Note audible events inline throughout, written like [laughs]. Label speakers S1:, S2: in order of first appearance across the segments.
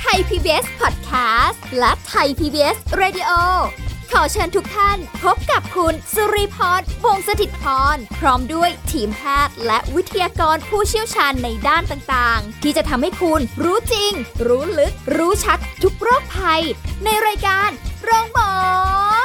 S1: ไทย PBS Podcast และไทย PBS Radio ขอเชิญทุกท่านพบกับคุณสุริพรวงศสถิตพร พร้อมด้วยทีมแพทย์และวิทยากรผู้เชี่ยวชาญในด้านต่างๆ ที่จะทำให้คุณรู้จริง รู้ลึก รู้ชัดทุกโรคภัย ในรายการโรงพยาบาล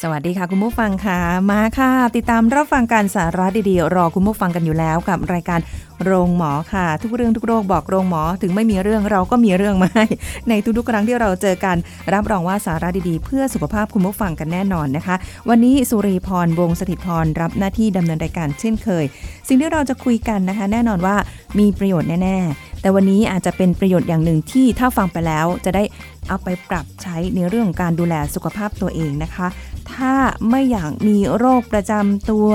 S2: สวัสดีค่ะคุณผู้ฟังค่ะมาค่ะ ติดตามรับฟังการสาระดีๆ รอคุณผู้ฟังกันอยู่แล้วกับรายการโรงหมอค่ะ ทุกเรื่องทุกโรคบอกโรงหมอถึงไม่มีเรื่องเราก็มีเรื่องมาให้ ในทุกๆครั้งที่เราเจอกัน รับรองว่าสาระดีๆ เพื่อสุขภาพคุณผู้ฟังกันแน่นอนนะคะ วันนี้สุริพรวงศสถิตพรรับหน้าที่ดำเนินรายการเช่นเคย สิ่งที่เราจะคุยกันนะคะ แน่นอนว่ามีประโยชน์แน่ๆ แต่วันนี้อาจจะเป็นประโยชน์อย่างหนึ่งที่ถ้าฟังไปแล้วจะได้เอาไปปรับใช้ในเรื่องของการดูแลสุขภาพตัวเองนะคะ ถ้าไม่อยากมีโรคประจำตัว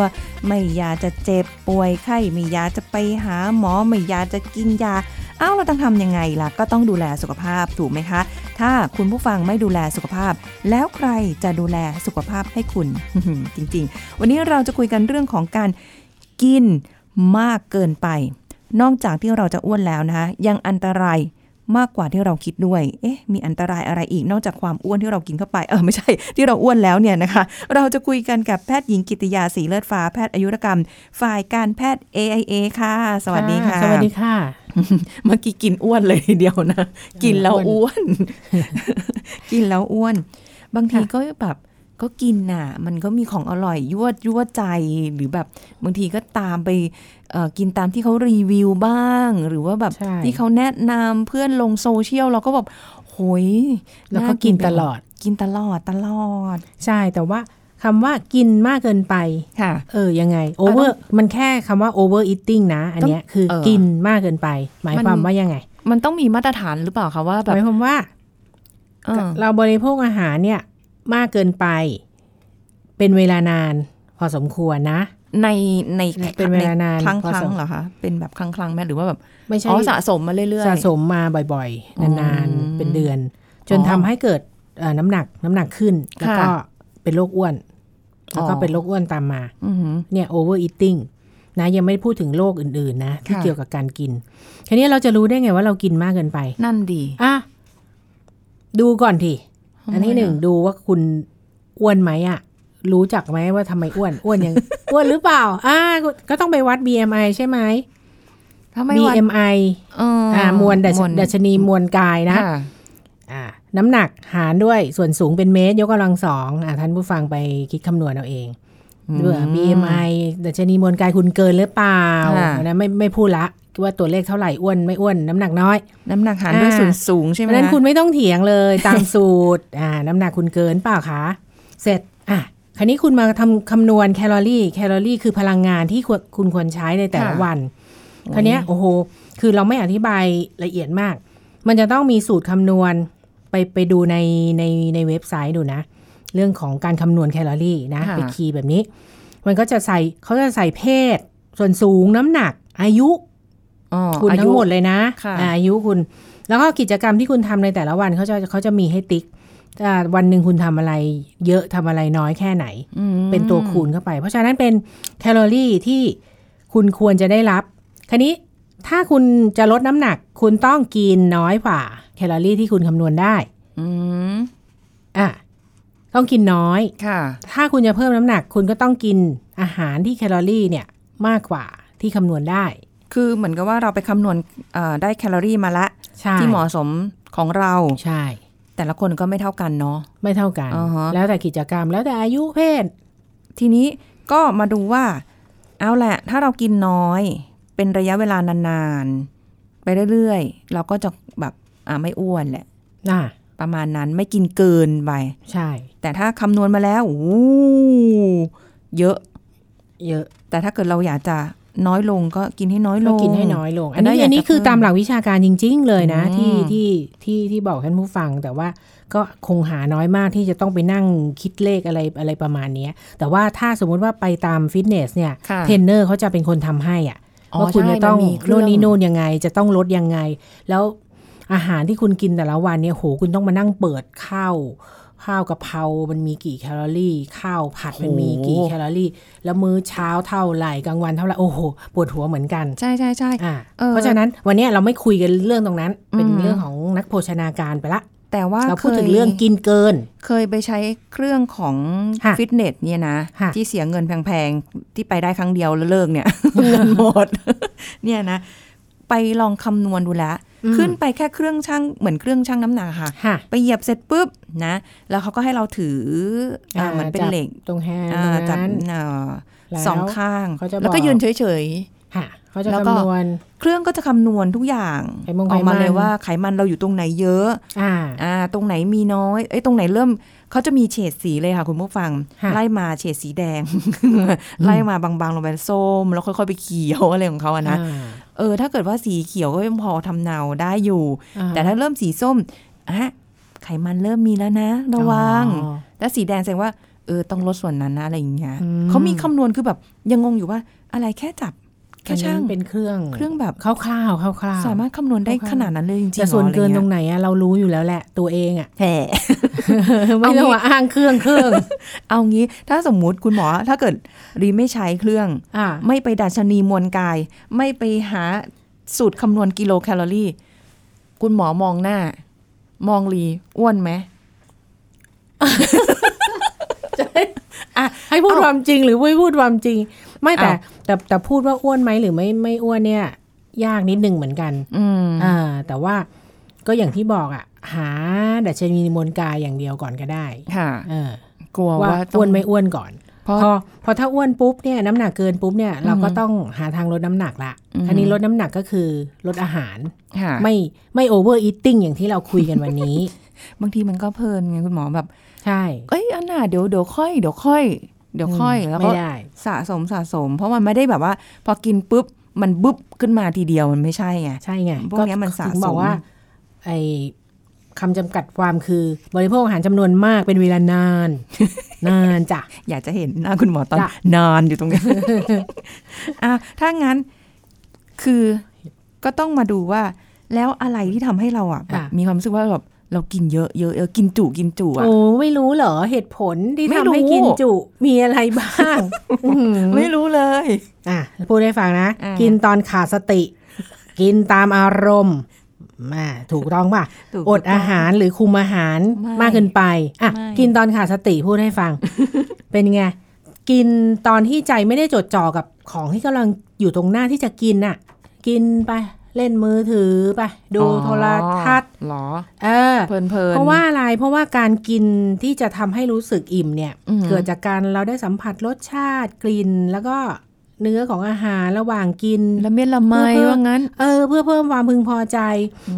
S2: ไม่อยากจะเจ็บป่วยไข้ไม่อยากจะไปหาหมอไม่อยากจะกินยา เอ้าเราต้องทำยังไงล่ะ ก็ต้องดูแลสุขภาพถูกไหมคะ ถ้าคุณผู้ฟังไม่ดูแลสุขภาพ แล้วใครจะดูแลสุขภาพให้คุณ [laughs] จริงๆ วันนี้เราจะคุยกันเรื่องของการกินมากเกินไป นอกจากที่เราจะอ้วนแล้วนะคะ ยังอันตรายมากกว่าที่เราคิดด้วย เอ๊ะ มีอันตรายอะไรอีกนอกจากความอ้วนที่เรากินเข้าไป เออไม่ใช่ ที่เราอ้วนแล้วเนี่ยนะคะ เราจะคุยกันกับแพทย์หญิงกิติยาสีเลือดฟ้าแพทย์อายุรกรรม ฝ่ายการแพทย์ AIA ค่ะ สวัสดีค่ะ
S3: สวัสดีค่ะ
S2: เมื่อกี้กินอ้วนเลยทีเดียวนะ กินแล้วอ้วน [laughs] กินแล้วอ้วน บางที
S3: ค่ะ
S2: ก็แบบก็กินน่ะ มันก็มีของอร่อยยั่วยั่วใจหรือแบบบางทีก็ตามไปเอ่อกินตามที่เขารีวิวบ้าง หรือว่าแบบ
S3: ใช่
S2: ที่เขาแนะนำเพื่อนลงโซเชียลเราก็แบบโหย
S3: แล้วก็กิน
S2: ไปหม
S3: ตลอด
S2: กินตลอดตลอด
S3: ใช่แต่ว่าคำว่ากินมากเกินไป
S2: ค่ะ
S3: เออยังไงโอเวอร์มันแค่คำว่า over eating นะ อันเนี้ยคือ
S2: เออ
S3: กินมากเกินไป หมาย
S2: มัน
S3: ความว่ายังไง
S2: มันต้องมีมาตรฐานหรือเปล่าคะว่าแบ
S3: ห
S2: บ
S3: มายความว่า
S2: เออ
S3: เราบริโภคอาหารเนี่ยมากเกินไป เป็นเวลานาน พอสมควรนะ
S2: ในใน
S3: เป็นเวลานาน
S2: ครั้ง
S3: พอ
S2: ค
S3: ส
S2: รั้ง
S3: ม
S2: เหรอคะเป็นแบบครั้งครั้งๆไหมหรือว่าแบบ
S3: ไม่ใช่
S2: อ๋อสะสมมาเรื่อยๆ
S3: สะสมมาบ่อยๆ นาน
S2: อืม
S3: ๆ เป็นเดือน จน
S2: อ๋อ
S3: ทำให้เกิดเอ่อน้ำหนักน้ำหนักขึ้น แล้วก็
S2: ค่ะ
S3: เป็นโรคอ้วน แล้วก็
S2: อ๋อ
S3: เป็นโรคอ้วนตามมา
S2: อือหือ
S3: เนี่ย over eating นะยังไม่ได้พูดถึงโรคอื่นๆ นะที่
S2: ค่ะ
S3: เกี่ยวกับการกินทีนี้เราจะรู้ได้ไงว่าเรากินมากเกินไป
S2: นั่นดี
S3: อ่ะ ดูก่อนที
S2: ทำไม
S3: อันที่หนึ่ง
S2: อ่ะ
S3: ดูว่าคุณอ้วนไหมอ่ะ รู้จักไหมว่าทำไมอ้วน อ้วนยัง
S2: [laughs]
S3: อ้วนหรือเปล่า อ่ะก็ต้องไปวัด BMI ใช่ไหม
S2: ถ้าไม่วัด
S3: BMI
S2: เอ่อ
S3: อ่ามวลดัชดัชนีมวลกายนะ
S2: ค่
S3: อ่าน้ำหนักหารด้วยส่วนสูงเป็นเมตร ยกกำลังสองอ่าท่านผู้ฟังไปคิดคำนวณเอาเอง
S2: อืม
S3: เบื่อ BMI ดัชนีมวลกายคุณเกินหรือเปล่า
S2: ค่ะ
S3: นะไม่ไม่พูดละว่าตัวเลขเท่าไหร่อ้วนไม่อ้วนน้ำหนักน้อย
S2: น้ำหนักหารด้วย
S3: อ่า
S2: ส่วนสูงใช่
S3: เพ
S2: ไหม
S3: ราะฉะนั้น
S2: นะ
S3: คุณไม่ต้องเถียง
S2: [laughs]
S3: เลยตามสูตร อ่าน้ำหนักคุณเกินเปล่าคะเสร็จอ่ะคราวนี้คุณมาทำคำนวณแคลอรี่แคลอรี่คือพลังงานที่ควรคุณควรใช้ในแต่ละวัน คราวเนี้ยโอ้โห คือเราไม่อธิบายละเอียดมาก มันจะต้องมีสูตรคำนวณไปไปดูในในในเว็บไซต์ดูนะ เรื่องของการคำนวณแคลอรี่นะ
S2: ค่ะ
S3: ไปคีย์แบบนี้ มันก็จะใส่เขาจะใส่เพศ ส่วนสูงน้ำหนัก อายุ
S2: อ๋อ
S3: คุณ
S2: อายุ
S3: ทั้งหมดเลยนะ
S2: ค่ะ
S3: อ่าอายุคุณ แล้วก็กิจกรรมที่คุณทำในแต่ละวันเขาจะเขาจะมีให้ติ๊กอ่าวันหนึ่งคุณทำอะไร เยอะทำอะไรน้อยแค่ไหน
S2: อืม
S3: เป็นตัวคูณเข้าไป เพราะฉะนั้นเป็นแคลอรี่ที่คุณควรจะได้รับ คราวนี้ถ้าคุณจะลดน้ำหนัก คุณต้องกินน้อยกว่าแคลอรี่ที่คุณคำนวณได้
S2: อืม
S3: อ่ะ ต้องกินน้อย
S2: ค่ะ
S3: ถ้าคุณจะเพิ่มน้ำหนัก คุณก็ต้องกินอาหารที่แคลอรี่เนี่ยมากกว่าที่คำนวณได้
S2: คือเหมือนกับว่าเราไปคำนวณเอ่อได้แคลอรี่มาละ
S3: ใช่
S2: ที่เหมาะสมของเรา
S3: ใช่
S2: แต่ละคนก็ไม่เท่ากันเนาะ
S3: ไม่เท่ากัน
S2: อ่าฮะ
S3: แล้วแต่กิจกรรม แล้วแต่อายุเพศ
S2: ทีนี้ก็มาดูว่า เอาแหละถ้าเรากินน้อยเป็นระยะเวลานานๆ ไปเรื่อยๆ เราก็จะแบบอ่าไม่อ้วนแหละ
S3: น่ะ
S2: ประมาณนั้นไม่กินเกินไป
S3: ใช่
S2: แต่ถ้าคำนวณมาแล้วอู้เยอะ
S3: เยอะ
S2: แต่ถ้าเกิดเราอยากจะน้อยลงก็กินให้น้อยล
S3: ก็
S2: ง
S3: กินให้น้อยลง
S2: แต่
S3: อัน
S2: ถ้า
S3: นี้
S2: อยาก
S3: อันนี้
S2: จะ
S3: คือ
S2: เพิ่ม
S3: ตามหลักวิชาการจริง ๆ เลยนะ
S2: อืม
S3: ที่ที่ที่ที่บอกท่านผู้ฟัง แต่ว่าก็คงหาน้อยมากที่จะต้องไปนั่งคิดเลขอะไรอะไรประมาณเนี้ย แต่ว่าถ้าสมมุติว่าไปตามฟิตเนสเนี่ย
S2: ค่ะ
S3: เทรนเนอร์เขาจะเป็นคนทำให้อ่ะ
S2: อ๋อ
S3: ว่าคุณ
S2: ใช่
S3: จะต้อง
S2: มัมีเครื่
S3: โน่นนี่
S2: อง
S3: โน่นยังไง จะต้องลดยังไง แล้วอาหารที่คุณกินแต่ละวันเนี่ยโหคุณต้องมานั่งเปิดข้าว ข้าวกะเพรามันมีกี่แคลอรี่ ข้าวผัดมันมีกี่
S2: โอ้โห
S3: แคลอรี่ แล้วมื้อเช้าเท่าไหร่กลางวันเท่าไหร่โอ้โหปวดหัวเหมือนกัน
S2: ใช่ใช่ใช่
S3: อ่า
S2: เออ
S3: เพราะฉะนั้นวันเนี้ยเราไม่คุยกันเรื่องตรงนั้น เป็น
S2: อืม
S3: เรื่องของนักโภชนาการไปละ
S2: แต่ว่า
S3: เรา
S2: เค
S3: พูด
S2: ย
S3: ถึงเรื่องกินเกิน
S2: เคยไปใช้เครื่องของ
S3: ค่ะ
S2: ฟิตเนสเนี่ยนะ
S3: ค่ะ
S2: ที่เสียเงินแพงๆ ที่ไปได้ครั้งเดียวแล้วเลิกเนี่ย [laughs] เงินหมด เนี่ยนะ ไปลองคำนวณดูแล้ว
S3: อืม
S2: ขึ้นไปแค่เครื่องชั่งเหมือนเครื่องชั่งน้ำหนักอะค่ะ
S3: ค่ะ
S2: ไปเหยียบเสร็จปุ๊บนะ แล้วเขาก็ให้เราถืออาเหมือนเป็น
S3: จับ
S2: เหล็ก
S3: ตรงแฮนด์
S2: อ่า
S3: ต
S2: จั
S3: ร
S2: บ
S3: งนั้น
S2: อ่า
S3: แล้ว
S2: สองข้าง
S3: เขาจะ
S2: แล้วก็
S3: บอก
S2: ยืนเฉย
S3: ค่ะเขาจะ
S2: แล้วก็
S3: คำนวณ
S2: ๆ เครื่องก็จะคำนวณทุกอย่าง
S3: ไขมัน
S2: ออกมาเลยว่าไขมันเราอยู่ตรงไหนเยอะ
S3: อ่า
S2: อ่าตรงไหนมีน้อยเอ้ยตรงไหนเริ่มเขาจะมีเฉดสีเลยค่ะคุณผู้ฟัง
S3: ค่ะ
S2: ไล่มาเฉดสีแดง ไล่มาบางๆลงไปส้ม แล้วค่อยๆไปเขียวอะไรของเขาอะนะ
S3: อ่า
S2: เออถ้าเกิดว่าสีเขียวก็ยังพอทำเนาได้อยู่
S3: อ่
S2: แต่ถ้าเริ่มสีส้มอ่ะไขมันเริ่มมีแล้วนะ ระวัง
S3: อ๋อ
S2: แล้วสีแดงแสดงว่าเออต้องลดส่วนนั้นนะอะไรอย่างเงี้ย
S3: อืม
S2: เขามีคำนวณคือแบบยังงงอยู่ว่าอะไรแค่จับแค่
S3: อันนั้
S2: ช่าง
S3: นเป็นเครื่อง
S2: เครื่องแบบ
S3: คร่าวๆคร่าวๆ
S2: สามารถคำนวณได้
S3: เข้าข้าง
S2: ขนาดนั้นเลยจริงๆ
S3: แต่ส่ว
S2: ห
S3: น
S2: รออะไร
S3: เกินตร
S2: เงี้ย
S3: งไหนอะเรารู้อยู่แล้วแหละตัวเองอะ
S2: แผล
S3: ไม่ต้องมาอ้างเครื่องเครื่อง
S2: เอางี้ถ้าสมมุติคุณหมอถ้าเกิดรีไม่ใช้เครื่อง
S3: อ่า
S2: ไม่ไปดัชนีมวลกาย ไม่ไปหาสูตรคำนวณกิโลแคลอรี่ คุณหมอมองหน้า มองรีอ้วนไหม
S3: ให้พูด
S2: เอ้า
S3: ความจริงหรือไม่พูดความจริง ไม่แต่
S2: เอ้า
S3: แต่แต่พูดว่าอ้วนไหมหรือไม่ไม่อ้วนเนี่ย ยากนิดนึงเหมือนกัน
S2: อืม
S3: อ่าแต่ว่าก็อย่างที่บอกอ่ะ หาดัชนีมวลกายอย่างเดียวก่อนก็ได้
S2: ค่ะ
S3: เออก
S2: ลัว
S3: ว่า
S2: ว่าต้
S3: อ้
S2: ง
S3: วนไม่อ้วนก่อน
S2: เพราะ
S3: พอพอถ้าอ้วนปุ๊บเนี่ยน้ำหนักเกินปุ๊บเนี่ยเราก็
S2: อือฮึ
S3: ต้องหาทางลดน้ำหนักละ
S2: อือฮึ
S3: อันนี้ลดน้ำหนักก็คือลดอาหาร
S2: ค่ะ
S3: ไม่ไม่โอเวอร์อีทติ้งอย่างที่เราคุยกันวัน
S2: [laughs]
S3: นี้
S2: บางทีมันก็เพลินไงคุณหมอแบบ
S3: ใช่
S2: เอ้ยอันน่ะเดี๋ยวเดี๋ยวค่อยเดี๋ยวค่อย เดี๋ยวค่อยแล้วก็
S3: ไม่ได้
S2: สะสมสะสม เพราะมันไม่ได้แบบว่า พอกินปุ๊บมันบึ๊บขึ้นมาทีเดียวมันไม่ใช่ไง
S3: ใช่ไง
S2: พวกเนี้ยมันสะสม
S3: ถึงบอกว่าไอคำจำกัดความคือบริโภคอาหารจำนวนมากเป็นเวลานาน
S2: [laughs]
S3: นานจ้ะ
S2: อยากจะเห็นหน้าคุณหมอตอน
S3: จ้ะ
S2: นอนอยู่ต
S3: [laughs]
S2: รงนี้ อ่ะถ้างั้นคือก็ต้องมาดูว่า แล้วอะไรที่ทำให้เราอ่ะแบบ
S3: ค่ะ
S2: มีความรู้สึกว่าแบบเรากินเยอะเยอะเยอะกินจุกินจุอ่ะ
S3: โอ้ไม่รู้เหรอเหตุผลที่
S2: ไม่รู้
S3: ทำให้กินจุ มีอะไรบ้าง อื้อหือ
S2: [laughs] ไม่รู้เลย
S3: อ่ะพูดให้ฟังนะ
S2: อ่ากิ
S3: กินตอนขาดสติ กินตามอารมณ์อ่าถูกต้องป่ะ
S2: ถูก
S3: อด
S2: ต้ง
S3: อาหารหรือคุมอาหาร
S2: ไม่
S3: มากเกินไป อ่ะ
S2: ไม่
S3: กินตอนขาดสติพูดให้ฟั
S2: [laughs]
S3: ง เป็นไง กินตอนที่ใจไม่ได้จดจ่อกับของที่กำลังอยู่ตรงหน้าที่จะกินน่ะ กินไปเล่นมือถือไป ดูโทรทัศน์
S2: หรอ
S3: เออ
S2: เพลินเพลิน
S3: เพราะว่าอะไร เพราะว่าการกินที่จะทำให้รู้สึกอิ่มเนี่ย
S2: อืม
S3: เกิดจากการเราได้สัมผัสรสชาติกลิ่น แล้วก็เนื้อของอาหารระหว่างกิน
S2: ละเม็ดละไม
S3: เพลิน
S2: ว่างั้น
S3: เออเพื่อเพิ่มความพึงพอใจ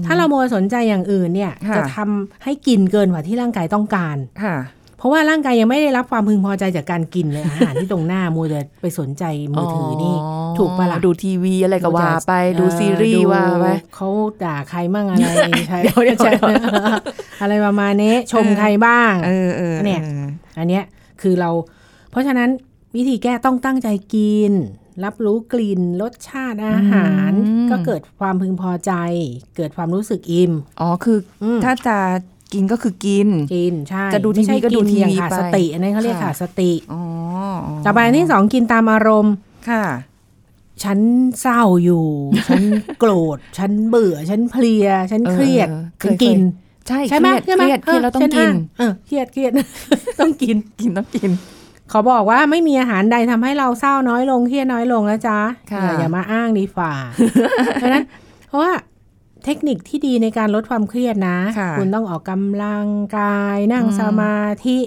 S3: ถ้าเรามัวสนใจอย่างอื่นเนี่ย
S2: ค่ะ
S3: จะทำให้กินเกินกว่าที่ร่างกายต้องการ
S2: ค่ะ
S3: เพราะว่าร่างกายยังไม่ได้รับความพึงพอใจจากการกินเลย [laughs] อาหารที่ตรงหน้ามัวแต่ไปสนใจมือถือนี่ ถูกปะล่ะ
S2: ดูทีวีอะไรก็ว่าไป
S3: เออ
S2: ดูซีรีส์ว่าไป
S3: ดูเขาด่าใครมั่งอะไรใช่ [laughs]
S2: เดี๋ยวเดี๋ยวเดี๋ยว
S3: อะไรประมาณนี้ชมใครบ้าง
S2: เออเออ
S3: เนี่ย อันเนี้ยคือเรา เพราะฉะนั้นวิธีแก้ต้องตั้งใจกิน รับรู้กลิ่นรสชาติอาหาร ก็เกิดความพึงพอใจ เกิดความรู้สึกอิ่ม
S2: อ๋อคือ
S3: อืม
S2: ถ้าจะกินก็คือกิน
S3: กินใช่
S2: จะดู
S3: ไม่ใช่
S2: ทีวีก็ดู
S3: นอย่าง
S2: ทีวี
S3: ขาด
S2: ไป
S3: สติ อันนั้นเขาเรียก
S2: ค่ะ
S3: ขาดสติ
S2: อ๋อ
S3: ต่อไปอันที่สองกินตามอารมณ์
S2: ค่ะ
S3: ฉันเศร้าอยู่ ฉันโกรธ ฉันเบื่อ ฉันเพลีย ฉันเครียด
S2: เออเออเค
S3: ฉั
S2: ย
S3: นกิน
S2: ใช่
S3: ใช่ไหม
S2: เครีย
S3: ใช่
S2: ด
S3: ไห
S2: เค
S3: ม
S2: รียดเครียดเราต้องกิน
S3: เออเครียดเครียด ต้องกิน
S2: กินต้องกิน
S3: ขอบอกว่าไม่มีอาหารใดทำให้เราเศร้าน้อยลงเครียดน้อยลงนะจ๊ะ
S2: ค่ะ
S3: อย่าอย่ามาอ้างดีฝ่า เพราะฉะนั้น เพราะว่าเทคนิคที่ดีในการลดความเครียดนะ
S2: ค่ะ
S3: คุณต้องออกกำลังกายนั่ง
S2: อืม
S3: สมาธิ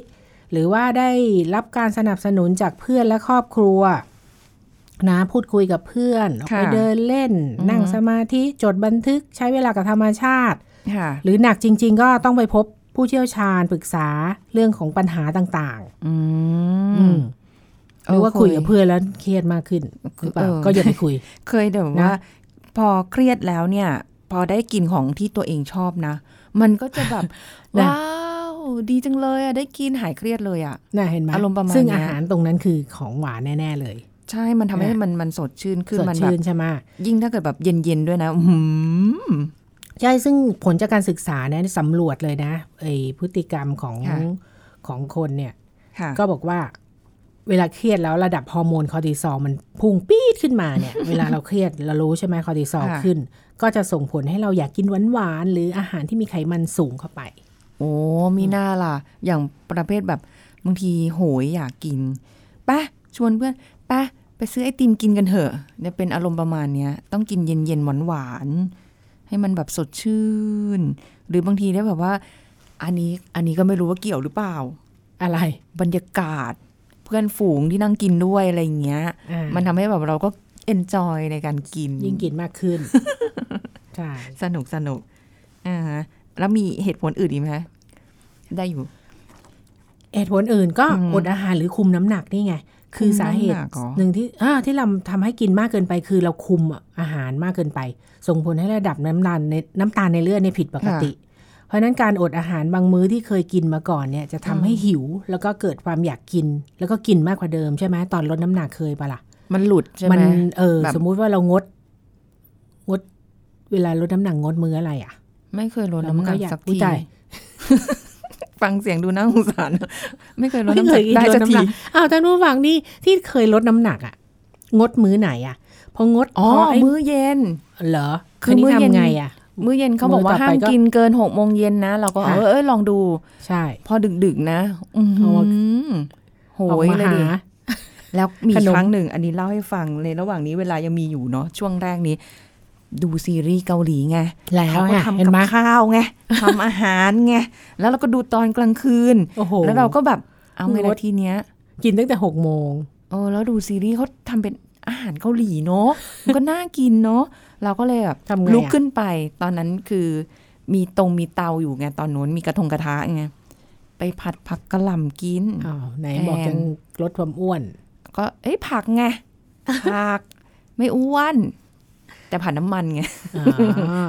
S3: หรือว่าได้รับการสนับสนุนจากเพื่อนและครอบครัว นะพูดคุยกับเพื่อนออกไปเดินเล่น นั่งสมาธิจดบันทึกใช้เวลากับธรรมชาติ
S2: ค่ะ
S3: หรือหนักจริง ๆ ก็ต้องไปพบผู้เชี่ยวชาญปรึกษาเรื่องของปัญหาต่าง
S2: อื
S3: ๆ
S2: ม
S3: อืม หรือว่าคุยกับ
S2: เ
S3: เพื่อนแล้วเครียดมากขึ้นหรือเปล่า
S2: เออ
S3: ก็อย่าไปคุย
S2: เคยแบบว่า
S3: นะ
S2: พอเครียดแล้วเนี่ย พอได้กินของที่ตัวเองชอบนะ มันก็จะแบบ
S3: [laughs] นะ
S2: ว้าวดีจังเลยอ่ะได้กินหายเครียดเลยอ่ะ
S3: [laughs] น่าเห็นไหม
S2: อารมณ์ประมาณ
S3: ซึ่ง
S2: เนี้ย
S3: อาหารตรงนั้นคือของหวานแน่ ๆ เลย
S2: ใช่มันทำให้มันมันสดชื่นขึ้น
S3: สด
S2: มันแบ
S3: ชื่
S2: บ
S3: นใช่ไหม
S2: ยิ่งถ้าเกิดแบบเย็นๆด้วยนะ อือหือ
S3: ใช่ซึ่งผลจากการศึกษานะสำรวจเลยนะไอพฤติกรรมของ
S2: ค่ะ
S3: ของคนเนี่ย
S2: ค่ะ
S3: ก็บอกว่าเวลาเครียดแล้วระดับฮอร์โมนคอร์ติซอลมันพุ่งปี๊ดขึ้นมา [laughs] เนี่ย เวลาเราเครียดเรารู้ใช่ไหมคอร์ติซอล
S2: ค่ะ
S3: ขึ้น ก็จะส่งผลให้เราอยากกินหวานๆหรืออาหารที่มีไขมันสูงเข้าไป
S2: โอ้มีหน้าล่ะ อย่างประเภทแบบบางทีโหยอยากกินไป่ะ ชวนเพื่อนไป่ะ ไปซื้อไอติมกินกันเถอะเนี่ยเป็นอารมณ์ประมาณเนี้ย ต้องกินเย็นเย็นหวานหวานๆให้มันแบบสดชื่น หรือบางทีได้แบบว่า อันนี้อันนี้ก็ไม่รู้ว่าเกี่ยวหรือเปล่า
S3: อะไร
S2: บรรยากาศ เพื่อนฝูงที่นั่งกินด้วยอะไรอย่างเงี้ย
S3: อ่า
S2: มันทำให้แบบเราก็เอนจอยในการกิน
S3: ยิ่งกินมากขึ้ [laughs] น ใช่
S2: สนุกสนุกอ่าฮะแล้วมีเหตุผลอื่นอีกไหมคะได้อยู่
S3: เหตุผลอื่นก็
S2: อืม
S3: อดอาหารหรือคุมน้ำหนักนี่ไง คือสาเหตุ
S2: คุมน้ำหนักเหรอ
S3: หนึ่งที่อ่าที่เราทำให้กินมากเกินไป คือเราคุมอาหารมากเกินไป ส่งผลให้ระดับน้ำตาลในน้ำตาลในเลือดเนี่ยผิดปกติ เพราะฉะนั้นการอดอาหารบางมื้อที่เคยกินมาก่อนเนี่ยจะทำให้หิว แล้วก็เกิดความอยากกิน แล้วก็กินมากกว่าเดิมใช่ไหมตอนลดน้ำหนักเคยปะล่ะ
S2: มันหลุดใช่ไหม
S3: เออ
S2: แบบ
S3: สมมุติว่าเรางด งด เวลาลดน้ำหนักงดมื้ออะไรอ่ะ
S2: ไม่เคยลดน้ำหนัก
S3: เราอยา
S2: สัก
S3: อุ๊
S2: ที
S3: ยตาย
S2: ฟังเสียงดูน่าสงสาร [laughs] ไม่เคยลด
S3: ไม่
S2: น้ำห
S3: เค
S2: นั
S3: ย
S2: กได้
S3: ล
S2: สัก
S3: น้ำ
S2: ที
S3: หนัอ้าวท่านผู้ฟังนี่ที่เคยลดน้ำหนักอ่ะ งดมื้อไหนอ่ะ พองด
S2: อ๋อ
S3: พไ
S2: มื้อเย็น
S3: เหรอ
S2: คื
S3: คือ
S2: อ
S3: นี้
S2: มื้อเย็น
S3: ทำไงอ่ะ
S2: มื้อเย็นเขาบอก
S3: มื้อ
S2: ว่า
S3: ต่อไป
S2: ห้าม
S3: ก็
S2: กินเกินหกโมงเย็นนะ เราก็
S3: ค่ะ
S2: เออเอยลองดู
S3: ใช่
S2: พอดึกๆนะอือหือโห
S3: เอามาออก
S2: ย
S3: มา
S2: เลย
S3: หา
S2: ดิ แล้วมี
S3: ขนม
S2: ครั้งหนึ่ง อันนี้เล่าให้ฟังในระหว่างนี้เวลายังมีอยู่เนาะช่วงแรกนี้ ดูซีรีส์เกาหลีไง
S3: แล้ว
S2: เขาก็
S3: อ่ะ
S2: ทำ
S3: เห็น
S2: กับ
S3: ไหม
S2: ข้าวไง ทำอาหารไง แล้วเราก็ดูตอนกลางคืน
S3: โอ้โห
S2: แล้วเราก็แบบเอาไง
S3: ง
S2: ละ
S3: ด
S2: ทีเนี้ย
S3: กินตั้งแต่หกโมง
S2: เออแล้วดูซีรีส์เขาทำเป็นอาหารเกาหลีเนาะมันก็น่ากินเนาะเราก็เลยแบบ
S3: ทำไงอะ
S2: ลุกขึ้นไป ตอนนั้นคือมีตรงมีเตาอยู่ไงตอนนู้นมีกระทงกระทะไงไปผัดผักกะหล่ำกิน
S3: อ้าวไหนบอก
S2: แพง
S3: จะลดความอ้วน
S2: ก็เอ้ยผักไงผัก ไม่อ้วน แต่ผัดน้ำมันไง
S3: อ๋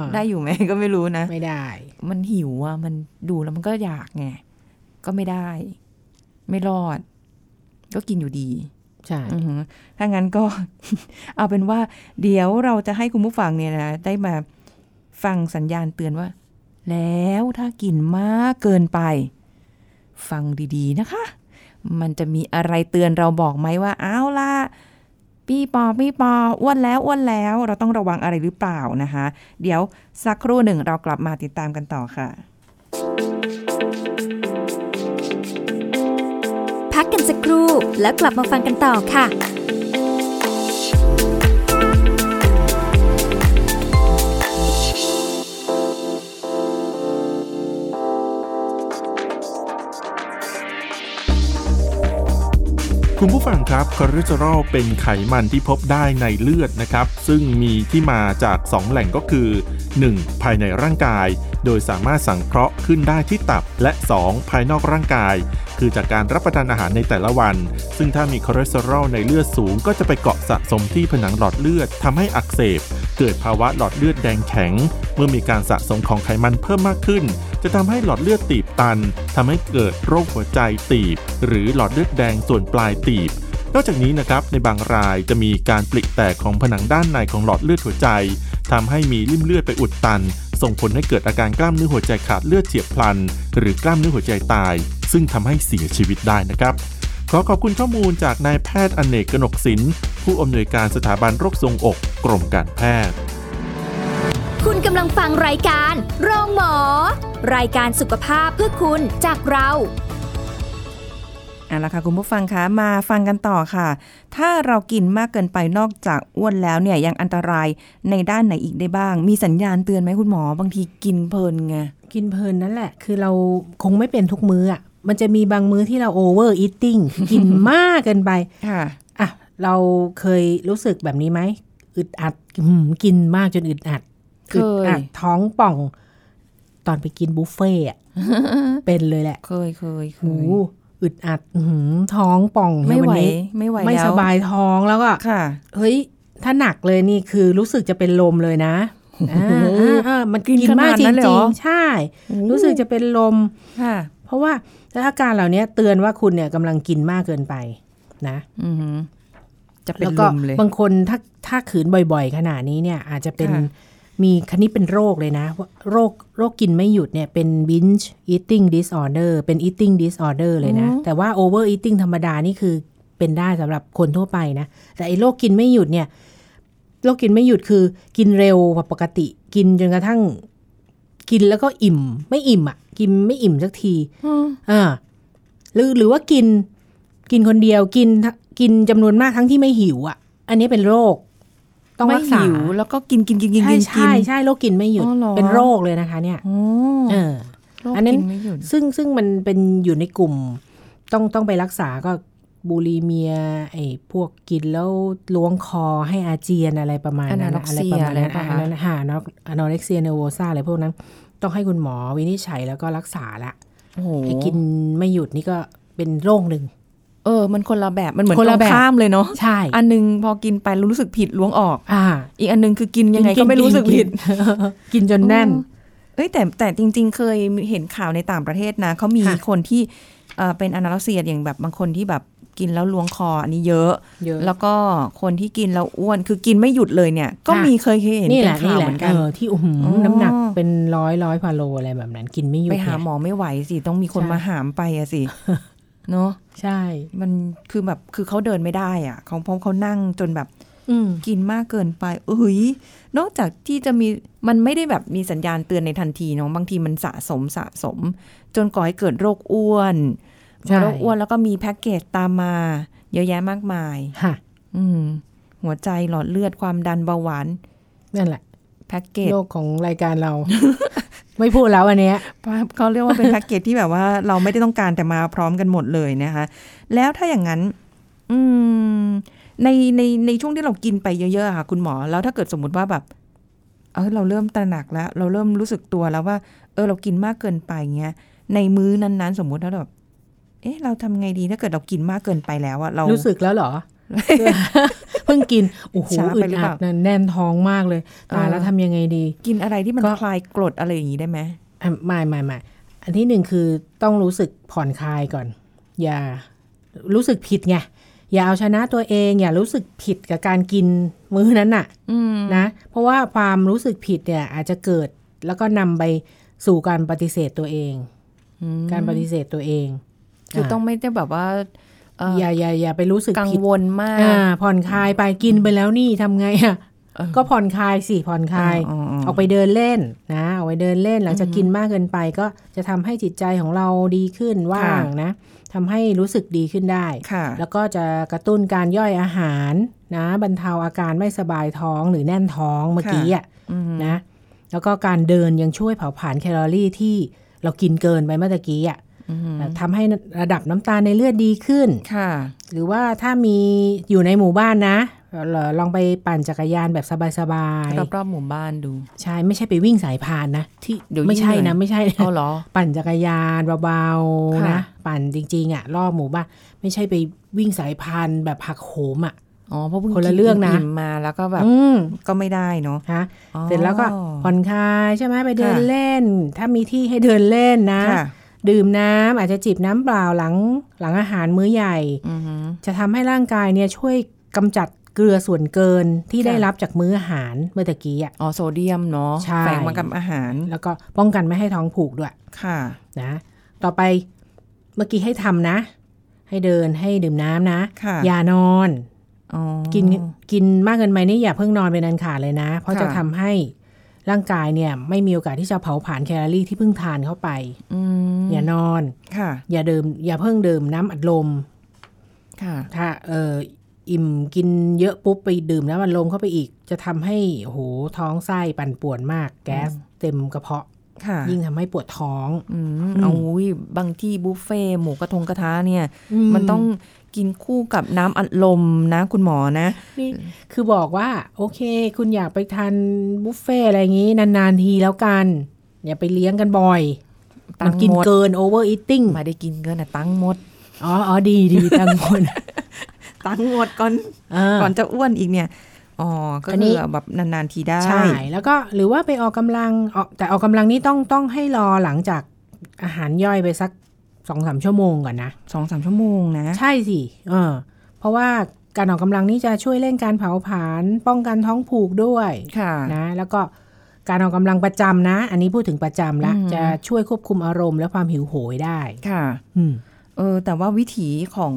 S3: อ
S2: [laughs] ได้อยู่ไหมก็ไม่รู้นะ
S3: ไม่ได้
S2: มันหิวอ่ะ มันดูแล้วมันก็อยากไง ก็ไม่ได้ ไม่รอด ก็กินอยู่ดี
S3: ใช่
S2: อือหือถ้างั้นก็ [laughs] เอาเป็นว่า เดี๋ยวเราจะให้คุณผู้ฟังเนี่ยนะได้มาฟังสัญญาณเตือนว่า แล้วถ้ากินมากเกินไป ฟังดีๆนะคะ มันจะมีอะไรเตือนเราบอกไหมว่าอ้าวล่ะพี่ปอพี่ปออ้วนแล้วอ้วนแล้ว เราต้องระวังอะไรหรือเปล่านะคะ เดี๋ยวสักครู่หนึ่งเรากลับมาติดตามกันต่อค่ะ
S1: พักกันสักครู่แล้วกลับมาฟังกันต่อค่ะ
S4: คุณผู้ฟังครับคอเลสเตอรอลเป็นไขมันที่พบได้ในเลือดนะครับ ซึ่งมีที่มาจาก 2 แหล่งก็คือ 1. ภายในร่างกาย โดยสามารถสังเคราะห์ขึ้นได้ที่ตับ และ 2. ภายนอกร่างกาย คือจากการรับประทานอาหารในแต่ละวัน ซึ่งถ้ามีคอเลสเตอรอลในเลือดสูง ก็จะไปเกาะสะสมที่ผนังหลอดเลือดทำให้อักเสบ เกิดภาวะหลอดเลือดแดงแข็ง เมื่อมีการสะสมของไขมันเพิ่มมากขึ้น จะทำให้หลอดเลือดตีบตันทำให้เกิดโรคหัวใจตีบ หรือหลอดเลือดแดงส่วนปลายตีบ นอกจากนี้นะครับในบางรายจะมีการปลิแตกของผนังด้านในของหลอดเลือดหัวใจทำให้มีริ่มเลือดไปอุดตัน ส่งผลให้เกิดอาการกล้ามเนื้อหัวใจขาดเลือดเฉียบพลัน หรือกล้ามเนื้อหัวใจตาย ซึ่งทำให้เสียชีวิตได้นะครับ ขอขอบคุณข้อมูลจากนายแพทย์อเนกกนกศิลป์ผู้อำนวยการสถาบันโรคทรงอกกรมการแพทย์
S1: คุณกำลังฟังรายการ โรงหมอ รายการสุขภาพเพื่อคุณจากเรา
S2: เอาละค่ะคุณผู้ฟังคะมาฟังกันต่อค่ะ ถ้าเรากินมากเกินไปนอกจากอ้วนแล้วเนี่ยยังอันตรายในด้านไหนอีกได้บ้าง มีสัญญาณเตือนไหมคุณหมอบางทีกินเพลินไง
S3: กินเพลินนั่นแหละ คือเราคงไม่เป็นทุกมื้ออ่ะ มันจะมีบางมื้อที่เราโอเวอร์อีท
S2: [laughs]
S3: ติ้งกินมากเกินไป
S2: ค่ะ
S3: อ่ะเราเคยรู้สึกแบบนี้ไหมอึดอัดอืมกินมากจนอึดอัด
S2: เคย
S3: อึดอัดท้องป่อง ตอนไปกินบุฟเฟ่ต์อะ
S2: [laughs]
S3: เป็นเลยแหละ
S2: เคยเคยเค
S3: หู
S2: ย
S3: อึดอัดอื้อหือท้องป่อง
S2: ไม่ไหวน
S3: นี้
S2: ไม่ไหว
S3: ไม่
S2: แล้ว
S3: สบายท้องแล้วก็
S2: ค่ะ
S3: เฮ้ย ถ้าหนักเลยนี่คือรู้สึกจะเป็นลมเลย
S2: [laughs]
S3: นะอ่าอ่าอ่ามัน
S2: กิน
S3: กินมา
S2: ข
S3: ก
S2: นาด
S3: จ
S2: นั้นเลยเหร
S3: ริง
S2: อ
S3: ๆใช่ รู้สึกจะเป็นลม
S2: ค่ะ
S3: เพราะว่าอาการเหล่านี้เตือนว่าคุณเนี่ยกำลังกินมากเกินไปนะ
S2: อือหือจะเป็น
S3: แล้ว
S2: ล
S3: ก็
S2: มเลย
S3: บางคนถ้าถ้าขืนบ่อยๆ ขนาดนี้เนี่ยอาจจะเป็น
S2: ค่ะ
S3: มีคันนี้เป็นโรคเลยนะว่าโรคโรคกินไม่หยุดเนี่ยเป็น binge eating disorder เป็น eating disorder เลยนะ
S2: อืม
S3: แต่ว่า over eating ธรรมดานี่คือเป็นได้สำหรับคนทั่วไปนะ แต่ไอ้โรคกินไม่หยุดเนี่ยโรคกินไม่หยุดคือกินเร็วกว่าปกติ กินจนกระทั่ง กินแล้วก็อิ่ม ไม่อิ่มอ่ะ กินไม่อิ่มสักที อ่าหรือหรือว่ากินกินคนเดียวกินทั้งกินจำนวนมากทั้งที่ไม่หิวอ่ะ อันนี้เป็นโรค ต้องรักษา
S2: ไม่หิวแล้วก็กินกินกินกิน
S3: ใช่
S2: กิน
S3: ใช่ใช่โรคกินไม่หยุด
S2: อ๋อเหรอ
S3: เป็นโรคเลยนะคะ เนี่ย
S2: โอ้
S3: เออ
S2: โรค
S3: อันนั้น
S2: กิไม่หยุด
S3: ซึ่งซึ่งมันเป็นอยู่ในกลุ่ม ต้องต้องไปรักษาก็บูลีเมีย ไอ้พวกกินแล้วล้วงคอให้อาเจียนอะไรประมาณนั้น
S2: Anorexia
S3: อะไรประ
S2: อะไรปะคะ
S3: มาณนั้นอันนั้นหาอนอเร็กเซียเนโวซาอะไรพวกนั้น ต้องให้คุณหมอวินิจฉัยแล้วก็รักษาละ
S2: โอ้โห
S3: ไอ้กินไม่หยุดนี่ก็เป็นโรคหนึ่ง
S2: เออ มันคนละแบบมันเหมือน
S3: คนละแบ
S2: ต
S3: บ
S2: รงข้ามเลยเนาะ
S3: ใช่
S2: อันหนึงพอกินไปรู้สึกผิดล้วงออก
S3: อ่า
S2: อีกอันหนึงคือกินยังไงก็ไม่รู้สึกผิด
S3: นกินจนแน่น
S2: เอ้ยแต่แต่จริง ๆ เคยเห็นข่าวในต่างประเทศนะเขามี
S3: ค่ะ
S2: คนที่เอ่อเป็นอนาลเซียอย่างแบบบางคนที่แบบกินแล้วล้วงคออันนี้เยอะ
S3: เยอะ
S2: แล้วก็คนที่กินแล้วอ้วนคือกินไม่หยุดเลยเนี่ย ก็มีเคยเห็น
S3: นี่
S2: เป็น
S3: แหละ
S2: ข่า
S3: นี่
S2: ว
S3: แห
S2: เห
S3: ละ
S2: มือน
S3: เอ
S2: กัน
S3: อที่อุ้ม
S2: อ๋อ
S3: น้ำหนักเป็นร้อยร้อยพาโลอะไรแบบนั้น กินไม่หยุด
S2: ไปหา
S3: เนี่ย
S2: หมอไม่ไหวสิ ต้องมีคน
S3: ใช่
S2: มาหามไปอะสิ
S3: [laughs]
S2: เนาะ
S3: ใช่
S2: มันคือแบบคือเขาเดินไม่ได้อ่ะเขาเพราะเขานั่งจนแบบ
S3: อืม
S2: กินมากเกินไปเอ้ยนอกจากที่จะมีมันไม่ได้แบบมีสัญญาณเตือนในทันทีเนาะบางทีมันสะสมสะสม จนก่อให้เกิดโรคอ้วน
S3: ใช่
S2: โรคอ้วนแล้วก็มีแพ็กเกจตามมา เยอะแยะมากมาย
S3: ค่ะ
S2: อืม หัวใจหลอดเลือดความดันเบาหวาน
S3: นั่นแหละ
S2: แพ็กเกจ
S3: โลกของรายการเรา [laughs] ไม่พูดแล้วอันเนี้ย
S2: [laughs] เขาเรียกว่าเป็นแพ็กเกจที่แบบว่าเราไม่ได้ต้องการแต่มาพร้อมกันหมดเลยนะคะ แล้วถ้าอย่างนั้น อืม ในในในช่วงที่เรากินไปเยอะๆอะค่ะ คุณหมอ แล้วถ้าเกิดสมมติว่าแบบ เออเราเริ่มตระหนักแล้ว เราเริ่มรู้สึกตัวแล้วว่า เออ เรากินมากเกินไปเงี้ย ในมื้อนั้นๆ สมมุติถ้าแบบเอ๊ะเราทำไงดีถ้าเกิดเรากินมากเกินไปแล้วอะเราร
S3: รู้สึกแล้วเหรอ เพิ่งกินโอ้โห
S2: ช้า
S3: อึ
S2: ไป
S3: ด
S2: หรือเป
S3: อั
S2: ล่า
S3: ดแน่นท้องมากเลยตาย
S2: เออ
S3: แล้วทำยังไงดี
S2: กินอะไรที่มัน
S3: ก็
S2: คลายกรดอะไรอย่างงี้ได้ไหม
S3: อ่ะไม่ไม่ไม่อันที่หนึ่งคือต้องรู้สึกผ่อนคลายก่อน อย่ารู้สึกผิดไง อย่าเอาชนะตัวเอง อย่ารู้สึกผิดกับการกินมื้อนั้นน่ะ
S2: อืม
S3: นะ เพราะว่าความรู้สึกผิดเนี่ยอาจจะเกิดแล้วก็นำไปสู่การปฏิเสธตัวเอง การปฏิเสธตัวเอง
S2: คือต้องไม่ได้แบบว่าเอ่อ
S3: อย่าอย่าอย่าไปรู้สึก
S2: กัง
S3: ผิด
S2: วลมาก
S3: อ่าผ่อนคลายไปกินไปแล้วนี่ทำไงอ่ะ
S2: เออ
S3: ก็ผ่อนคลายสิผ่อนคลาย
S2: อ๋ออ๋อ
S3: ออกไปเดินเล่นนะออกไปเดินเล่นหลังจากกินมากเกินไป ก็จะทำให้จิตใจของเราดีขึ้นว่างนะทำให้รู้สึกดีขึ้นได้
S2: ค่ะ
S3: แล้วก็จะกระตุ้นการย่อยอาหารนะบรรเทาอาการไม่สบายท้องหรือแน่นท้องเมื่อกี้อ่ะ
S2: อืม
S3: นะแล้วก็การเดินยังช่วยเผาผลาญแคลอรี่ที่เรากินเกินไปเมื่อตะกี้อ่ะ
S2: อืม
S3: ทำให้ระดับน้ำตาลในเลือดดีขึ้น
S2: ค่ะ
S3: หรือว่าถ้ามีอยู่ในหมู่บ้านนะเอ่อลองไปปั่นจักรยานแบบสบายๆ
S2: รอบๆหมู่บ้านดู
S3: ใช่ไม่ใช่ไปวิ่งสายพานนะ ที่
S2: เดี๋ยว
S3: ไม่ใช่
S2: ยิ่งเหนื่อ
S3: นะ
S2: ย
S3: ไม่ใช่นะ
S2: เอาเหรอ
S3: ปั่นจักรยานเบาๆ
S2: ค่ะ
S3: นะปั่นจริงๆอ่ะรอบหมู่บ้านไม่ใช่ไปวิ่งสายพานแบบหักโหมอ่ะ
S2: อ๋อเพราะเพิ่ง
S3: คนละเรื่องนะ
S2: กิอิ่มมาแล้วก็แบบ
S3: อืม
S2: ก็ไม่ได้เนาะ
S3: ฮะ
S2: อ๋อ
S3: เสร็จแล้วก็ผ่อนคลายใช่ไหมไปเดิน
S2: ค่ะ
S3: เล่น ถ้ามีที่ให้เดินเล่นนะ
S2: ค่ะ
S3: ดื่มน้ำอาจจะจิบน้ำเปล่าหลังหลังอาหารมื้อใหญ่
S2: อือหือ
S3: จะทำให้ร่างกายเนี่ยช่วยกำจัดเกลือส่วนเกินที่
S2: ค่ะ
S3: ได้รับจากมื้ออาหารเมื่อตะกี้อ่ะ
S2: อ๋อโซเดียมเนาะ
S3: ใช่
S2: แฝงมากับอาหาร
S3: แล้วก็ป้องกันไม่ให้ท้องผูกด้วย
S2: ค่ะ
S3: นะต่อไปเมื่อกี้ให้ทำนะ ให้เดินให้ดื่มน้ำนะ
S2: ค่ะ
S3: อย่านอน
S2: อ๋อ
S3: กินกินมากเกินไปนี่อย่าเพิ่งนอนเป็นอันขาดเลยนะ เพราะ
S2: ค่ะ
S3: จะทำให้ร่างกายเนี่ยไม่มีโอกาสที่จะเผาผลาญแคลอรี่ที่เพิ่งทานเข้าไป
S2: อืม
S3: อย่านอน
S2: ค่ะ
S3: อย่าดื่มอย่าเพิ่งดื่มน้ำอัดลม
S2: ค่ะ
S3: ถ้าเอออิ่มกินเยอะปุ๊บไปดื่มน้ำอัดลมเข้าไปอีก จะทำให้โอ้โหท้องไส้ปั่นป่วนมาก แก๊สเต็มกระเพาะ
S2: ค่ะ
S3: ยิ่งทำให้ปวดท้อง
S2: อืมเอาอุ้ยบางที่บุฟเฟ่หมูกระทงกระทะเนี่ย มันต้องกินคู่กับน้ำอัดลมนะ คุณหมอนะ
S3: นี่คือบอกว่า โอเค คุณอยากไปทานบุฟเฟ่ต์อะไรอย่างนี้ นาน ๆ ทีแล้วกัน อย่าไปเลี้ยงกันบ่อย
S2: ตั
S3: มั
S2: ง
S3: นกิน
S2: หมด
S3: เกินโอเวอร์อีทติ้ง
S2: ไมาได้กินเกินอะตังค์หมด
S3: อ๋ออ๋อดี
S2: [laughs]
S3: ดีทั้งคน
S2: ตังค์หมดก่อน
S3: อ่า
S2: ก่อนจะอ้วนอีกเนี่ย อ๋อ ก็
S3: อันนี้
S2: คือแบบนาน ๆ ทีได้
S3: ใช่ แล้วก็หรือว่าไปออกกำลังออกแต่ออกกำลังนี่ต้องต้องให้รอหลังจากอาหารย่อยไปสักสองสามชั่วโมงก่อนนะ
S2: สองสามชั่วโมงนะ
S3: ใช่สิเออเพราะว่าการออกกำลังนี่จะช่วยเร่งการเผาผลาญป้องกันท้องผูกด้วย
S2: ค่ะ
S3: นะแล้วก็ การออกกำลังประจำนะ อันนี้พูดถึงประจำละ
S2: อืม
S3: จะช่วยควบคุมอารมณ์และความหิวโหยได้
S2: ค่ะ
S3: อืม
S2: เออแต่ว่าวิถีของ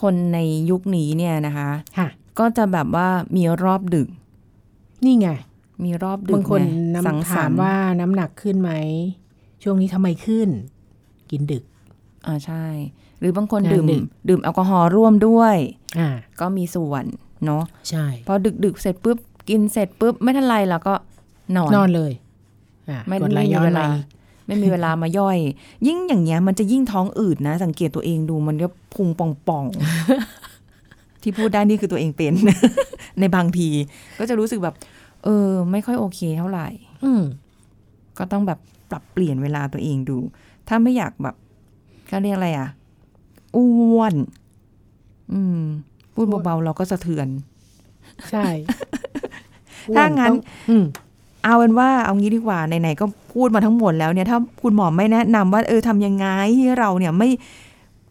S2: คนในยุคนี้เนี่ยนะคะ
S3: ค่ะ
S2: ก็จะแบบว่ามีรอบดึก
S3: นี่ไง
S2: มีรอบดึก
S3: บางคน
S2: ไสัง
S3: น้ำ
S2: สร
S3: ถารม
S2: ค์
S3: ว่าน้ำหนักขึ้นไหม ช่วงนี้ทำไมขึ้น กินดึก
S2: อ่าใช่ หรือบางคน
S3: งาน
S2: ดื่ม
S3: ดึก
S2: ดื่มแอลกอฮอล์ร่วมด้วย
S3: อ่า
S2: ก็มีส่วนเนาะ
S3: ใช่
S2: พอดึกดึกๆเสร็จปุ๊บกินเสร็จปุ๊บไม่ทันไรแล้วก็นอน
S3: นอนเลยอ่ะ
S2: ไม่
S3: กดไหล
S2: ไม่มี
S3: ย้อน
S2: เว
S3: มา
S2: ลา
S3: อีก
S2: ไม่มีเวลามาย่อย ยิ่งอย่างเงี้ยมันจะยิ่งท้องอืดนะ สังเกตตัวเองดูมันก็พุงป่องป่องๆ ที่พูดได้นี่คือตัวเองเป็น [laughs] ในบางที ก็จะรู้สึกแบบ เออ ไม่ค่อยโอเคเท่าไหร่
S3: อืม
S2: ก็ต้องแบบปรับเปลี่ยนเวลาตัวเองดู ถ้าไม่อยากแบบเขาเรียกอะไรอ่ะอ้วน อืม พูด
S3: อ้วน
S2: เบาๆเราก็สะเทือน
S3: ใช่
S2: ถ้างั้น
S3: อ้วต้ออืม
S2: เอาเป็นว่าเอางี้ดีกว่าไหนๆก็พูดมาทั้งหมดแล้วเนี่ยถ้าคุณหมอไม่แนะนำว่าเออทำยังไงให้เราเนี่ยไม่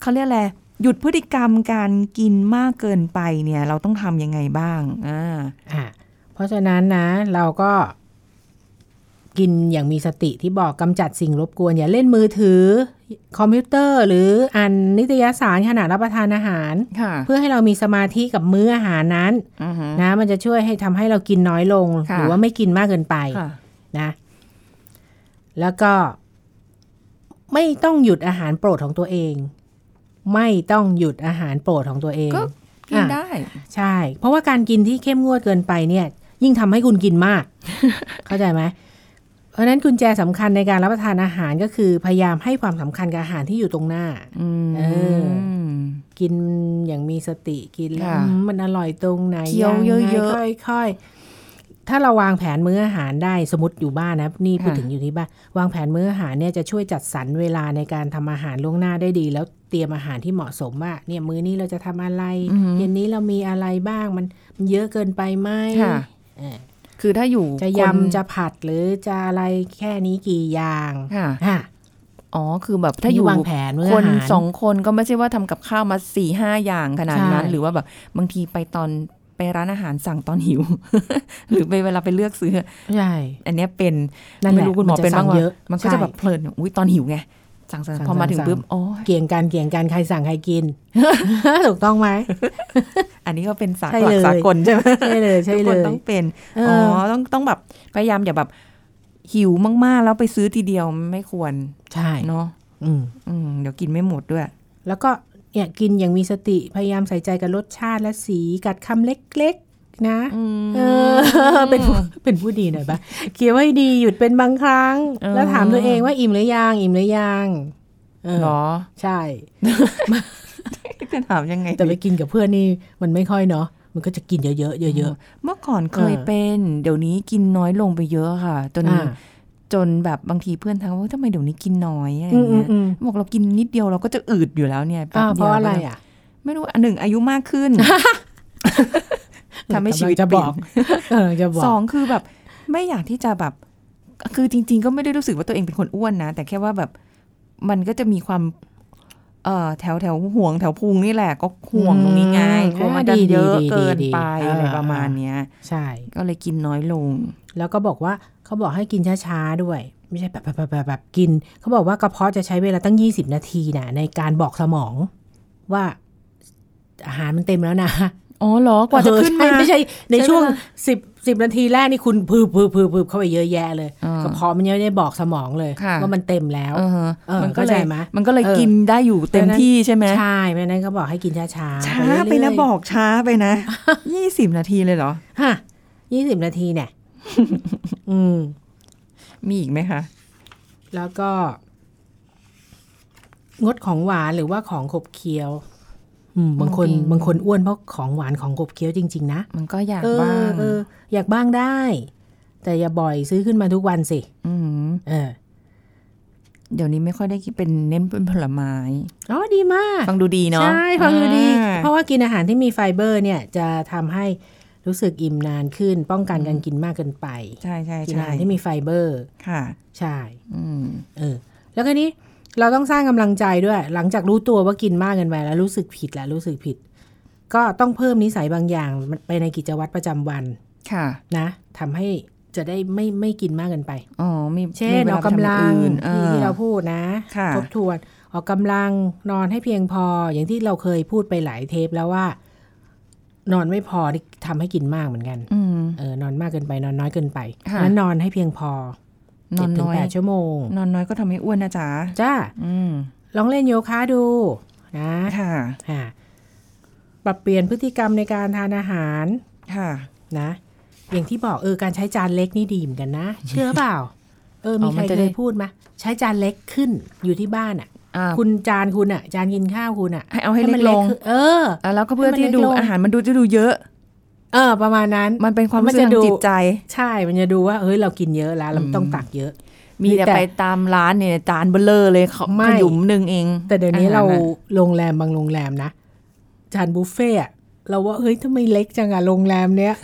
S2: เขาเรียกอะไรหยุดพฤติกรรมการกินมากเกินไปเนี่ย เราต้องทำยังไงบ้างอ่า
S3: อ่ะเพราะฉะนั้นนะเราก็กินอย่างมีสติที่บอกกำจัดสิ่งรบกวน อย่าเล่นมือถือ คอมพิวเตอร์ หรืออ่านนิตยสารขณะรับประทานอาหาร
S2: ค่ะ
S3: เพื่อให้เรามีสมาธิกับมื้ออาหารนั้น
S2: อือฮึ
S3: นะมันจะช่วยให้ทำให้เรากินน้อยลง
S2: ค่ะ
S3: หรือว่าไม่กินมากเกินไป
S2: ค่ะ
S3: นะแล้วก็ไม่ต้องหยุดอาหารโปรดของตัวเอง ไม่ต้องหยุดอาหารโปรดของตัวเอง
S2: ก็กินได้
S3: ใช่ เพราะว่าการกินที่เข้มงวดเกินไปเนี่ย ยิ่งทำให้คุณกินมาก เข้าใจไหม เพราะฉะนั้นกุญแจสำคัญในการรับประทานอาหารก็คือ พยายามให้ความสำคัญกับอาหารที่อยู่ตรงหน้า
S2: อืม
S3: เอ กินอย่างมีสติกินแล้ว
S2: ค่ะ
S3: อืมมันอร่อยตรงไหน
S2: เคี้ยว
S3: งไง
S2: เยอะ
S3: ค่อยๆ ถ้าเราวางแผนมื้ออาหารได้สมมติอยู่บ้านนะนี่พูด
S2: ค่ะ
S3: ถึงอยู่ที่บ้านวางแผนมื้ออาหารเนี่ยจะช่วยจัดสรรเวลาในการทำอาหารล่วงหน้าได้ดี แล้วเตรียมอาหารที่เหมาะสมว่าเนี่ยมื้อนี้เราจะทำอะไร
S2: อือฮึ
S3: เย็นนี้เรามีอะไรบ้างมันมันเยอะเกินไปไหม
S2: ค่ะ
S3: เออ
S2: คือถ้าอยู่
S3: จะ
S2: คน
S3: ยำจะผัดหรือจะอะไรแค่นี้กี่อย่าง
S2: ค่ะ
S3: อ่ะ
S2: อ๋อ คือแบบถ้าอยู่
S3: วางแผนมื้อ
S2: คน
S3: อาหาร
S2: สองคนก็ไม่ใช่ว่าทำกับข้าวมาสี่ห้าอย่างขนาดนั้น
S3: ใช่
S2: หรือว่าแบบบางทีไปตอนไปร้านอาหารสั่งตอนหิว [laughs] หรือไปเวลาไปเลือกซื้อ
S3: ใช่
S2: อันเนี้ยเป็น
S3: นั่นแห
S2: ไม่
S3: ละ
S2: รู้คุณหมอเป็นบ้างว่า
S3: จะสั่เยอะ
S2: มันก็จะ
S3: ใช่
S2: แบบเพลินอุ้ยตอนหิวไงสั่งสั่ง
S3: สั่ง
S2: พอมา
S3: สั่ง
S2: ถึง
S3: สั่ง
S2: ปุ๊บอ๋อ
S3: เกี่ยงกันเกี่ยงกันใครสั่งใครกิน [laughs] ถูกต้องไหม
S2: อันนี้ก็เป็นสา
S3: ใช่
S2: กล
S3: เลย
S2: สากลใช่ไหม
S3: ใช่เลย
S2: ทุ
S3: ใช่
S2: กค
S3: เล
S2: น
S3: ย
S2: ต้องเป็น
S3: เอ
S2: อ๋อ
S3: อ
S2: ต้องต้องแบบพยายามอย่าแบบหิวมากๆ แล้วไปซื้อทีเดียวไม่ควร
S3: ใช่
S2: เนาะ
S3: อืม
S2: อืมเดี๋ยวกินไม่หมดด้วย
S3: แล้วก็เนี่ยกินอย่างมีสติพยายามใส่ใจกับรสชาติและสีกัดคำเล็กๆ นะ
S2: อืม
S3: เออ เป็นผู้เป็นผู้ดีหน่อยปะเคี้ยวให้ดีหยุดเป็นบางครั้ง
S2: เออ
S3: แล้วถามตัวเองว่าอิ่มหรือยังอิ่มหรือยังเออ
S2: เหรอ
S3: ใช่
S2: จะ [laughs] ถามยังไง
S3: แต่ไป
S2: ดี
S3: กินกับเพื่อนนี่มันไม่ค่อยเนาะมันก็จะกินเยอะๆเยอะ
S2: เมื่อก่อนเคย
S3: เออ
S2: เป็น เดี๋ยวนี้กินน้อยลงไปเยอะค่ะ จน
S3: ๆอ่า
S2: จนแบบบางทีเพื่อนทักว่าทำไมเดี๋ยวนี้กินน้อยอะไรอย่าม ง
S3: อื
S2: เงี้ย
S3: อืม
S2: บอกเรากินนิดเดียวเราก็จะอืดอยู่แล้วเนี่ยแป๊
S3: อ่า
S2: บ
S3: เพ
S2: ดียว
S3: ราะอะไร
S2: ก็จ
S3: อ่ะ
S2: ไม่รู้อันหนึ่งอายุมาก
S3: [laughs]
S2: ขึ้นทำให้ชีวิต
S3: กำลังจะ
S2: เปลี่ย
S3: บอน ก เออจะบอก
S2: สองคือแบบ ไม่อยากที่จะแบบ คือจริง ๆ ก็ไม่ได้รู้สึกว่าตัวเองเป็นคนอ้วนนะ แต่แค่ว่าแบบมันก็จะมีความ เอ่อแถวแถวห่วงแถวพุงนี่แหละก็ห่วงตรงนี้ไง
S3: อืม
S2: กลัวมันจะ
S3: ดีๆ
S2: เยอะ
S3: ดีๆ
S2: เกิน
S3: ดีๆ
S2: ไปอะไร
S3: อ่า
S2: ประมาณเนี้ย
S3: ใช่
S2: ก็เลยกินน้อยลง
S3: แล้วก็บอกว่าเขาบอกให้กินช้าๆด้วย ไม่ใช่แบบแบบแบบแบบแบบกิน เขาบอกว่ากระเพาะจะใช้เวลาตั้ง 20 นาทีนะในการบอกสมองว่าอาหารมันเต็มแล้วนะ
S2: อ๋อเหร [laughs] อกว่าจะขึ้นมา
S3: เออใช่ไม่ใช่ใน
S2: ใช้เวลา
S3: ช่วง 10 10 นาทีแรกนี่คุณพืบพืบพืบพืบเข้าไปเยอะแยะเลย
S2: อ่าก
S3: ระเพาะมันยังไม่ได้บอกสมองเลย
S2: ค่ะ
S3: ว่ามันเต็มแล้ว
S2: เออฮะ
S3: เออ
S2: มันก็
S3: เข้า
S2: เล
S3: ใจ
S2: ย
S3: ไหม
S2: มันก็เลย
S3: เออ
S2: กินได้อยู่เต็มที่ใช่ไหม
S3: ใช่เพราะฉะนั้นเขาบอกให้กินช้าๆ
S2: ช้า
S3: เรื่ยๆ
S2: ไปนะบอกช้าไปนะ
S3: [laughs]
S2: ยี่สิบนาทีเลยเหรอ
S3: ฮะ20 นาที
S2: [laughs]
S3: เนี่ย อืม
S2: มีอีกไหมคะ
S3: แล้วก็ งดของหวานหรือว่าของขบเคี้ยว อืม บางคน
S2: จริง
S3: บางคนอ้วนเพราะของหวานของขบเคี้ยวจริง ๆ นะ
S2: มันก็อยาก
S3: เอ
S2: บ้า
S3: อง เอออยากบ้างได้ แต่อย่าบ่อยซื้อขึ้นมาทุกวันสิ
S2: ม
S3: เออ
S2: เดี๋ยวนี้ไม่ค่อยได้กินเป็นเน้นเป็นผลไม้
S3: อ๋อดีมาก
S2: ฟังดูดีเนาะ
S3: ใช่ฟังดูดี
S2: อ่า
S3: เพราะว่ากินอาหารที่มีไฟเบอร์เนี่ย จะทำให้รู้สึกอิ่มนานขึ้น ป้องกันการกินมากเกินไป
S2: ใช่ใช่
S3: กิน
S2: ใช่
S3: อาหารที่มีไฟเบอร์
S2: ค่ะ
S3: ใช่
S2: อืม
S3: เออแล้วก็นี้เราต้องสร้างกำลังใจด้วย หลังจากรู้ตัวว่ากินมากเกินไปแล้วรู้สึกผิดแล้วรู้สึกผิด ก็ต้องเพิ่มนิสัยบางอย่างไปในกิจวัตรประจำวัน
S2: ค่ะ
S3: นะทำให้ จะได้ไม่ไม่กินมากเกินไป
S2: อ๋อมี
S3: เช่น
S2: มีว
S3: อ
S2: ล
S3: อกกำลัง
S2: ไปทำอื่นอ
S3: ที่
S2: อ
S3: ที่เราพูดนะ
S2: ค่ะ
S3: ทบทวนออกกำลังนอนให้เพียงพอ อย่างที่เราเคยพูดไปหลายเทปแล้วว่า นอนไม่พอนี่ทำให้กินมากเหมือนกัน
S2: อืม
S3: เออนอนมากเกินไป นอนน้อยเกินไป
S2: ค่ะ
S3: นั้นนอนให้เพียงพอน เจ็
S2: อ
S3: ด
S2: น
S3: ถึง
S2: น้อย
S3: แปดชั่วโมง
S2: นอนน้อยก็ทำให้อ้วนนะจ๊ะ
S3: จ้า
S2: อืม
S3: ลองเล่นโยคะดูนะ
S2: ค่ะ
S3: อ่าปรับเปลี่ยนพฤติกรรมในการทานอาหาร
S2: ค่ะ
S3: นะ อย่างที่บอกเออการใช้จานเล็กนี่ดีเหมือนกัน
S2: [laughs]
S3: นะ เชื่อเปล่า เออ
S2: อ๋
S3: มี
S2: อ
S3: ใค
S2: มั
S3: ร
S2: นจะ
S3: เค
S2: ได้
S3: ยพูดไหมใช้จานเล็กขึ้นอยู่ที่บ้านอ่ะ
S2: อ่า
S3: คุณจานคุณอะจานกินข้าวคุณอะ
S2: ให้เอาให้เล็
S3: มั
S2: ก
S3: น
S2: ลง
S3: ขึ้นเออ
S2: อ่ะแล้วก็เพื่อ
S3: ให้มัน
S2: ที่ดู
S3: เล็กลง
S2: อาหารมันดูจะดูเยอะ
S3: เออ ประมาณนั้น
S2: มันเป็นความ
S3: มัน
S2: รู้สึก
S3: จะ
S2: ทา
S3: ดู
S2: งจิตใจ
S3: ใช่มันจะดูว่าเฮ้ยเรากินเยอะแล้วเรา
S2: อืม
S3: ต้องตักเยอะ
S2: มีแต่
S3: แต่
S2: ไปตามร้านเนี่ยจานเบลเลอร์เลยเขา
S3: ไม่
S2: ขยุมหนึ่งเอง
S3: แต่เดี๋ยวนี้
S2: อห
S3: เรา
S2: อะ
S3: โรงแรมบางโรงแรมนะจานบุฟเฟ่อะเราว่าเฮ้ยทำไมเล็กจังอะโรงแรมเนี้ย
S2: [laughs]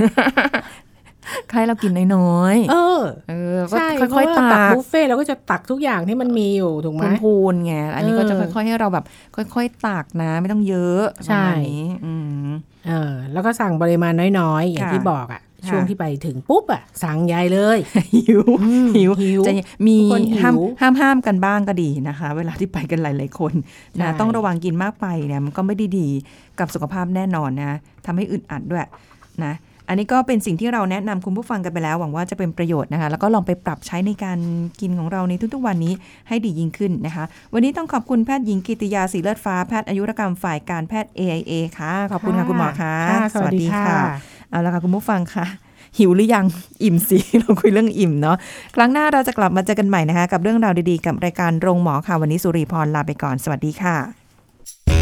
S2: ใครเรากินน้อย
S3: เออ
S2: ๆเออก็
S3: ใช่เพ
S2: ค่อย
S3: ราะว่า
S2: ๆตั
S3: ตัก
S2: ก
S3: บุฟเฟ่เราก็จะตักทุกอย่างที่มันมีอยู่ถูกไหม
S2: พูนๆไงอันนี้ก็จะ
S3: เอ
S2: ค่
S3: อ
S2: อยๆให้เราแบบ ค่อยๆตักนะ ไม่ต้องเยอะ
S3: ใช่
S2: ประมาณนี้อืม
S3: เออแล้วก็สั่งปริมาณน้อยๆ อย่าง
S2: ค่ะ
S3: ที่บอกอะ
S2: ค่ะ
S3: ช่วงที่ไปถึงปุ๊บอะสั่งใหญ่เลย
S2: หิว
S3: อืม
S2: หิว
S3: หิว
S2: จะมี
S3: ทุกคนหิว
S2: ห้ามห้ามห้ามกันบ้างก็ดีนะคะ เวลาที่ไปกันหลาย ๆ คนนะ
S3: ใช่
S2: ต้องระวังกินมากไปเนี่ยมันก็ไม่ได้ดีกับสุขภาพแน่นอนนะทำให้อึดอัดด้วยนะอันนี้ก็เป็นสิ่งที่เราแนะนำคุณผู้ฟังกันไปแล้ว หวังว่าจะเป็นประโยชน์นะคะ แล้วก็ลองไปปรับใช้ในการกินของเราในทุก ๆ วันนี้ให้ดียิ่งขึ้นนะคะ วันนี้ต้องขอบคุณแพทย์หญิงกิติยาสีเลือดฟ้าแพทย์อายุรกรรมฝ่ายการแพทย์ AIA ค่ะ ขอบคุณค่ะคุณหมอค่ะ
S3: ค่ะสวัสดีค่ะ
S2: เอาละค่ะคุณผู้ฟังค่ะ หิวหรือยัง อิ่มสิ [laughs] เราคุยเรื่องอิ่มเนาะครั้งหน้าเราจะกลับมาเจอกันใหม่นะคะ กับเรื่องราวดีๆ กับรายการโรงหมอค่ะ วันนี้สุริพรลาไปก่อนสวัสดีค่ะ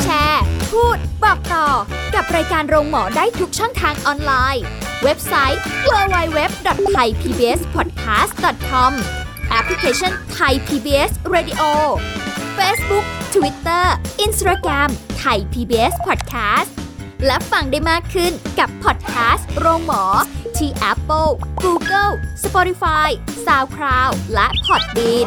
S1: แชร์ พูด บอกต่อ กับรายการโรงหมอได้ทุกช่องทางออนไลน์ เว็บไซต์ www.thaipbspodcast.com แอปพลิเคชัน Thai PBS Radio Facebook Twitter Instagram Thai PBS Podcast และฟังได้มากขึ้นกับพอดแคสต์โรงหมอ ที่ Apple, Google, Spotify, SoundCloud และ Podbean